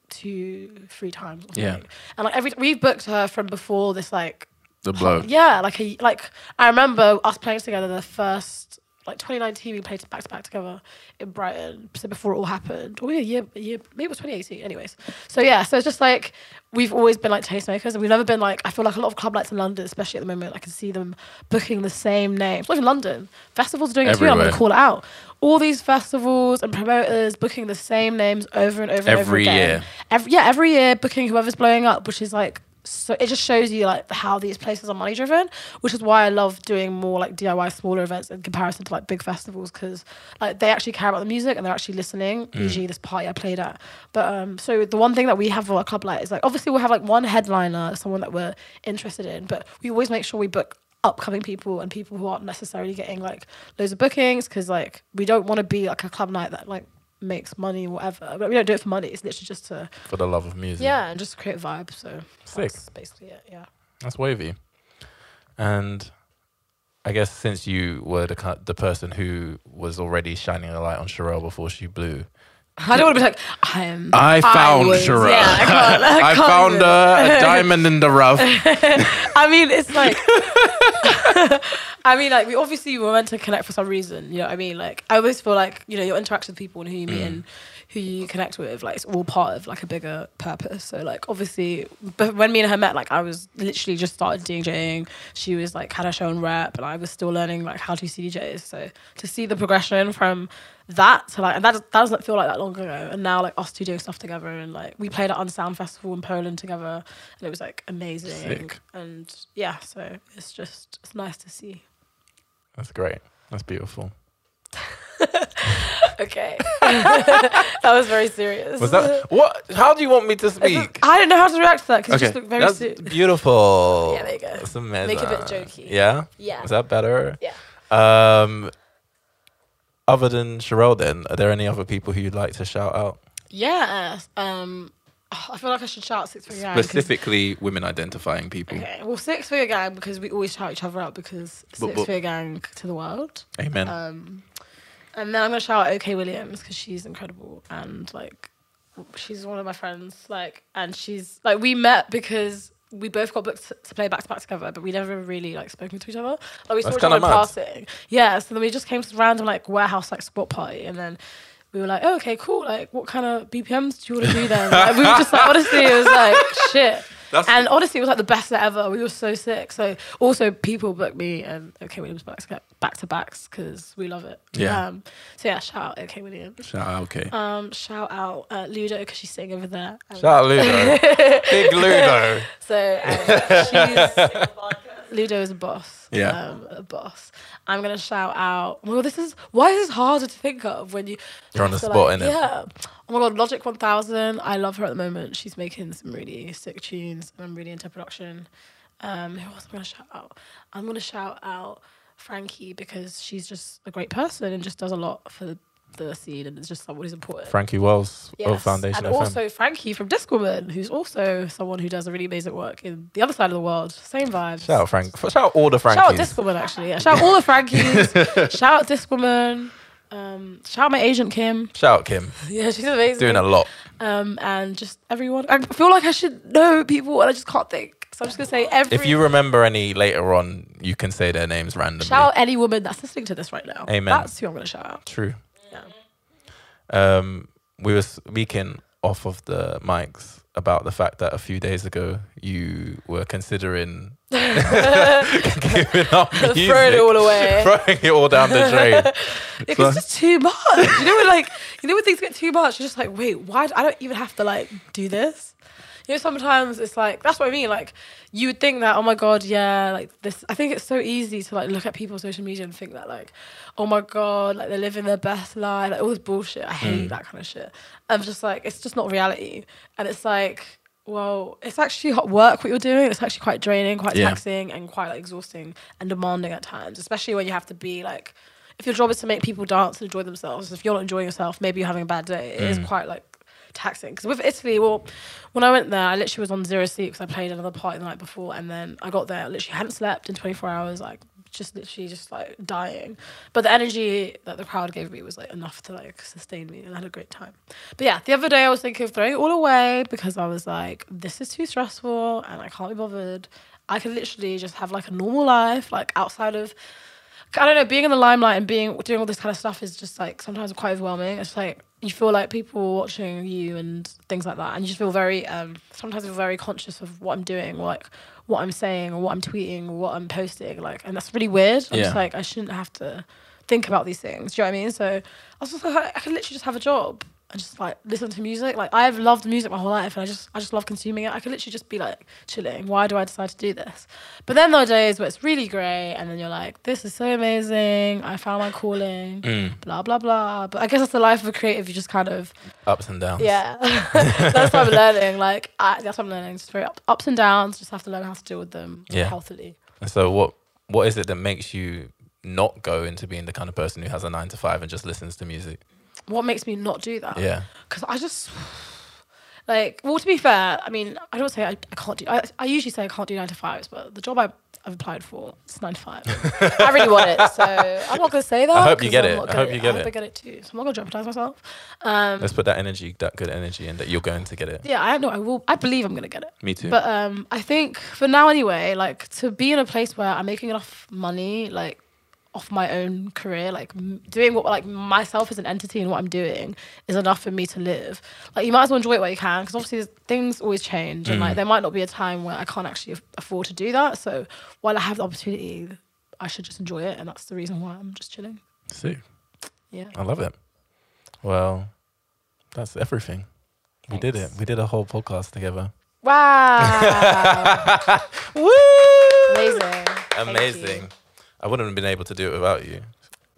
D: two, three times. Or something.
C: Yeah.
D: And like every we've booked her from before this like
C: the blow.
D: yeah like a, like I remember us playing together the first like 2019 we played back to back together in Brighton so before it all happened or yeah a year a year maybe it was 2018 anyways so yeah so it's just like we've always been like tastemakers and we've never been like I feel like a lot of club nights in London especially at the moment I can see them booking the same names not even London festivals are doing it too and I'm
C: Everywhere.
D: gonna call it out all these festivals and promoters booking the same names over and over and over
C: Every
D: again
C: year.
D: every yeah every year booking whoever's blowing up which is like so it just shows you like how these places are money driven which is why i love doing more like diy smaller events in comparison to like big festivals because like they actually care about the music and they're actually listening usually this party i played at but um so the one thing that we have for our club light is like obviously we'll have like one headliner someone that we're interested in but we always make sure we book upcoming people and people who aren't necessarily getting like loads of bookings because like we don't want to be like a club night that like makes money or whatever but we don't do it for money it's literally just to
C: For the love of music.
D: yeah, and just create a vibe. So
C: Sick.
D: that's basically it. Yeah.
C: That's wavy. And I guess since you were the ki- the person who was already shining a light on Sherelle before she blew,
D: I don't want to be like I'm.
C: I found
D: was-
C: Shira.
D: Yeah, I, can't, I,
C: I
D: can't
C: found
D: do it.
C: uh, a diamond in the rough.
D: I mean, it's like. I mean, like we obviously were meant to connect for some reason. You know what I mean? Like I always feel like you know your interaction with people and who you meet and who you connect with, like it's all part of like a bigger purpose. So like obviously, but when me and her met, like I was literally just started DJing. She was like had her show and rap, and I was still learning like how to DJs. So to see the progression from that to like and that, that doesn't feel like that long ago and now like us two doing stuff together and like we played at unsound festival in poland together and it was like amazing
C: Sick.
D: and yeah so it's just it's nice to see
C: That's great. That's beautiful.
D: Okay. that was very serious.
C: Was that what? How do you want me to speak?
D: I don't know how to react to that because you just
C: Okay,
D: look very
C: that's
D: serious.
C: beautiful.
D: Yeah, there you go.
C: That's amazing.
D: Make it a bit jokey.
C: Yeah.
D: Yeah.
C: Is that better?
D: Yeah.
C: Um, other than Sherelle, then are there any other people who you'd like to shout out?
D: Yeah. Um, oh, I feel like I should shout Six Figure Gang. Uh, 'cause-
C: Specifically, women identifying people.
D: Okay. Well, Six Figure Gang because we always shout each other out because
C: Boop,
D: Six
C: boop.
D: Figure Gang to the world.
C: Amen.
D: Um, and then I'm gonna shout out OK Williams because she's incredible and like she's one of my friends. Like and she's like we met because we both got booked to- to play back to back together, but we never really like spoken to each other. Like we saw
C: That's
D: each other in
C: kinda mad.
D: passing. Yeah. So then we just came to this random like warehouse like squat party and then. We were like, oh, okay, cool. Like, what kind of BPMs do you want to do then? Like, we were just like, honestly, it was like, shit.
C: That's-
D: and honestly, it was like the best set ever. We were so sick. So also, people booked me and OK Williams back to back to backs because we love it.
C: Yeah.
D: Um, so yeah, shout out OK Williams.
C: shout out. Okay.
D: Um, shout out uh, Ludo because she's sitting over there. Um,
C: shout out Ludo. Big Ludo.
D: so um, she's Ludo is a boss.
C: Yeah.
D: Um, a boss. I'm gonna shout out. Well, this is why is this harder to think of when you
C: You're on the
D: so,
C: spot, innit?
D: Yeah. Oh my god, Logic 1000. I love her at the moment. She's making some really sick tunes, and I'm really into production. Um, who else am I gonna shout out? I'm gonna shout out Frankie because she's just a great person and just does a lot for the, the scene, and it's just someone who's important.
C: Frankie Wells of
D: Yes,
C: Foundation
D: and
C: FM.
D: also Frankie from Discwoman, who's also someone who does a really amazing work in the other side of the world. Same vibes.
C: shout out Frank. Shout out all the Frankies.
D: Shout out Discwoman, actually. Yeah, Shout out all the Frankies. shout out Discwoman. Um, shout out my agent Kim.
C: Shout out Kim.
D: Yeah, she's amazing.
C: Doing a lot.
D: Um, and just everyone. I feel like I should know people, and I just can't think. So I'm just gonna say every.
C: If you remember any later on, you can say their names randomly.
D: shout out any woman that's listening to this right now.
C: Amen.
D: That's who I'm gonna shout out.
C: True.
D: Yeah.
C: Um, we were speaking off of the mics about the fact that a few days ago you were considering giving up music,
D: Throwing it all away.
C: throwing it all down the drain.
D: Like, it's just too much. You know when like you know when things get too much, you're just like, wait, why? do- I don't even have to like do this. You know, sometimes it's like that's what I mean. Like you would think that, oh my god, yeah, like this. I think it's so easy to like look at people's social media and think that like, oh my god, like they're living their best life. Like all this bullshit. I hate that kind of shit. I'm just like, it's just not reality. And it's like, well, it's actually hot work what you're doing. It's actually quite draining, quite
C: Yeah.
D: taxing, and quite like, exhausting and demanding at times, especially when you have to be like if your job is to make people dance and enjoy themselves, if you're not enjoying yourself, maybe you're having a bad day. It is quite like taxing. Because with Italy, well, when I went there, I literally was on zero sleep because I played another party the night before, and then I got there, I literally hadn't slept in 24 hours, like just literally just like dying. But the energy that the crowd gave me was like enough to like sustain me, and I had a great time. But yeah, the other day I was thinking of throwing it all away because I was like, this is too stressful, and I can't be bothered. I could literally just have like a normal life, like outside of I don't know, being in the limelight and being doing all this kind of stuff is just like sometimes quite overwhelming. It's like you feel like people are watching you and things like that, and you just feel very um, sometimes feel very conscious of what I'm doing, like what I'm saying or what I'm tweeting or what I'm posting, like, and that's really weird. I'm
C: Yeah.
D: just like I shouldn't have to think about these things. Do you know what I mean? So I was just like, I could literally just have a job and just like listen to music. Like I've loved music my whole life, and I just I just love consuming it. I could literally just be like chilling. Why do I decide to do this? But then there are days where it's really great, and then you're like, this is so amazing. I found my calling. Blah blah blah. But I guess that's the life of a creative. You just kind of
C: Ups and downs.
D: yeah. that's what I'm learning. Like I, that's what I'm learning. Just very up, ups and downs. Just have to learn how to deal with them
C: Yeah.
D: healthily.
C: And so what what is it that makes you not go into being the kind of person who has a nine to five and just listens to music?
D: What makes me not do that?
C: Yeah.
D: because I just like well to be fair I mean I don't say I, I can't do I, I usually say I can't do nine to fives but the job I I've applied for. It's 95. I really want it. So I'm not going to say that.
C: I hope you
D: 'cause
C: get
D: I'm
C: it.
D: not
C: I hope
D: gonna-
C: you get
D: I
C: it.
D: hope I get it too. So I'm not going to jeopardize myself. Um,
C: Let's put that energy, that good energy in that you're going to get it.
D: yeah, I know. I will. I believe I'm going to get it.
C: Me too.
D: But um, I think for now anyway, like to be in a place where I'm making enough money, like off my own career, like m- doing what like myself as an entity and what I'm doing is enough for me to live. Like you might as well enjoy it while you can, because obviously there's- things always change, and like there might not be a time where I can't actually af- afford to do that. So while I have the opportunity, I should just enjoy it, and that's the reason why I'm just chilling.
C: See,
D: Yeah.
C: I love it. Well, that's everything. We did it. We did a whole podcast together.
D: Wow.
C: Woo!
D: Amazing. Thank you.
C: Amazing. I wouldn't have been able to do it without you.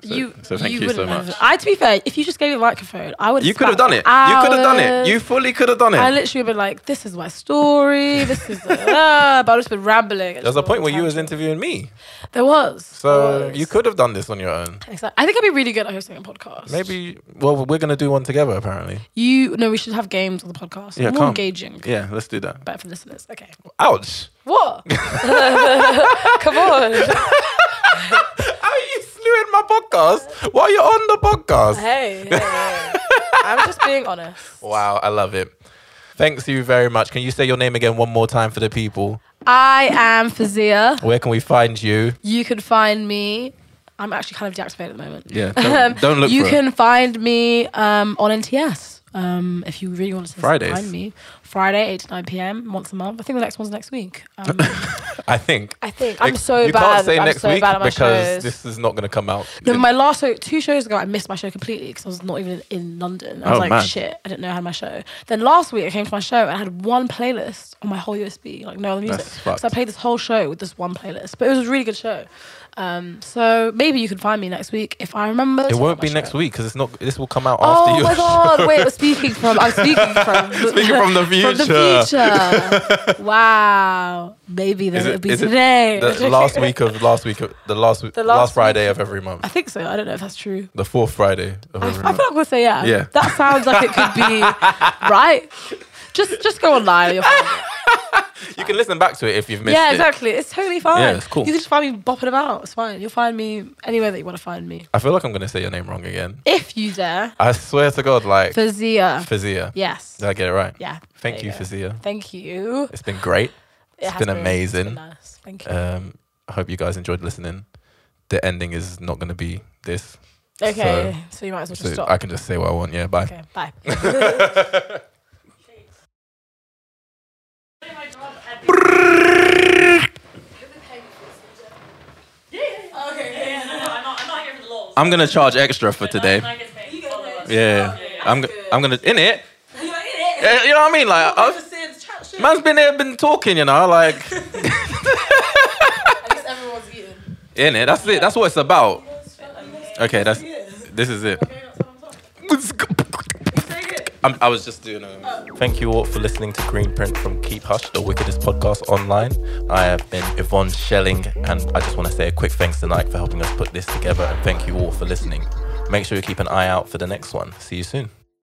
C: So-
D: you,
C: so thank you so
D: wouldn't
C: much.
D: Have, I, to be fair, if you just gave me the microphone, I would.
C: You could have done it. You could have done it. You fully could have done
D: I
C: it.
D: literally would been like, "This is my story. This is," uh, but I've just been rambling.
C: There's a point where you was interviewing me,
D: There was.
C: so
D: There was.
C: you could have done this on your own.
D: Exactly. I think I'd be really good at hosting a podcast.
C: Maybe. Well, we're gonna do one together apparently.
D: you. No, we should have games on the podcast.
C: Yeah,
D: More
C: come.
D: engaging.
C: Yeah, let's do that.
D: Better for listeners. Okay.
C: Ouch!
D: What? Come on.
C: How you slew in my podcast while you're on the podcast?
D: Hey. hey, hey. I'm just being honest.
C: Wow, I love it. Thanks you very much. Can you say your name again one more time for the people?
D: I am Fazia.
C: Where can we find you?
D: You can find me. I'm actually kind of deactivated at the moment.
C: Yeah, don't- don't look
D: Um, You
C: for it.
D: can find me um, on NTS. Um, if you really want to
C: Fridays.
D: find me, Friday eight to nine p.m. once a month. I think the next one's next week. Um,
C: I think.
D: I think I'm
C: Like,
D: so
C: you
D: bad.
C: can't say
D: I'm
C: next
D: so
C: week
D: bad at my
C: because
D: shows.
C: this is not going to come out.
D: no, my last show, two shows ago, I missed my show completely because I was not even in London. I was
C: Oh,
D: like,
C: man.
D: shit, I didn't know I had my show. Then last week, I came to my show and I had one playlist on my whole USB, like no other music.
C: That's fucked.
D: So I played this whole show with this one playlist, but it was a really good show. Um, so maybe you can find me next week if I remember.
C: it
D: to
C: won't
D: put my
C: be next
D: show.
C: week because it's not. This will come out after
D: Oh
C: you.
D: my god! Wait, I'm speaking from. I'm speaking from.
C: Speaking from the
D: future. wow. Maybe then
C: Is
D: it'll
C: it,
D: be
C: is it
D: today.
C: the last week of last week of the last the last,
D: last
C: Friday of every month?
D: I think so. I don't know if that's true.
C: The fourth Friday of
D: I, I
C: every
D: feel
C: month.
D: like we'll say yeah.
C: Mm-hmm. Yeah.
D: That sounds like it could be right. Just just go online. You'll find it.
C: You can listen back to it if you've missed
D: yeah,
C: it.
D: exactly. It's totally fine.
C: Yeah, it's cool.
D: You can just find me bopping about. It's fine. You'll find me anywhere that you want to find me.
C: I feel like I'm going to say your name wrong again.
D: If you dare,
C: I swear to God, like
D: Fazia.
C: Fazia.
D: yes.
C: Did I get it right?
D: yeah.
C: Thank
D: there
C: you,
D: go.
C: Fazia.
D: Thank you.
C: It's been great.
D: It has
C: been amazing.
D: It's been nice. Thank you.
C: Um, I hope you guys enjoyed listening. The ending is not going to be this,
D: okay. So, you might as well just
C: so
D: stop.
C: I can just say what I want. Yeah, bye.
D: okay. Bye.
C: I'm gonna charge extra for today. Yeah, I'm. go- I'm gonna in it. Yeah, You know what I mean? Like, I've, man's been here, been talking. You know, like
D: everyone's eating.
C: in it. That's it. That's what it's about. Okay, that's. This is it. I'm, I was just doing a. Thank you all for listening to Green Print from Keep Hush, the wickedest podcast online. I have been Yvonne Schelling, and I just want to say a quick thanks tonight for helping us put this together, and thank you all for listening. Make sure you keep an eye out for the next one. See you soon.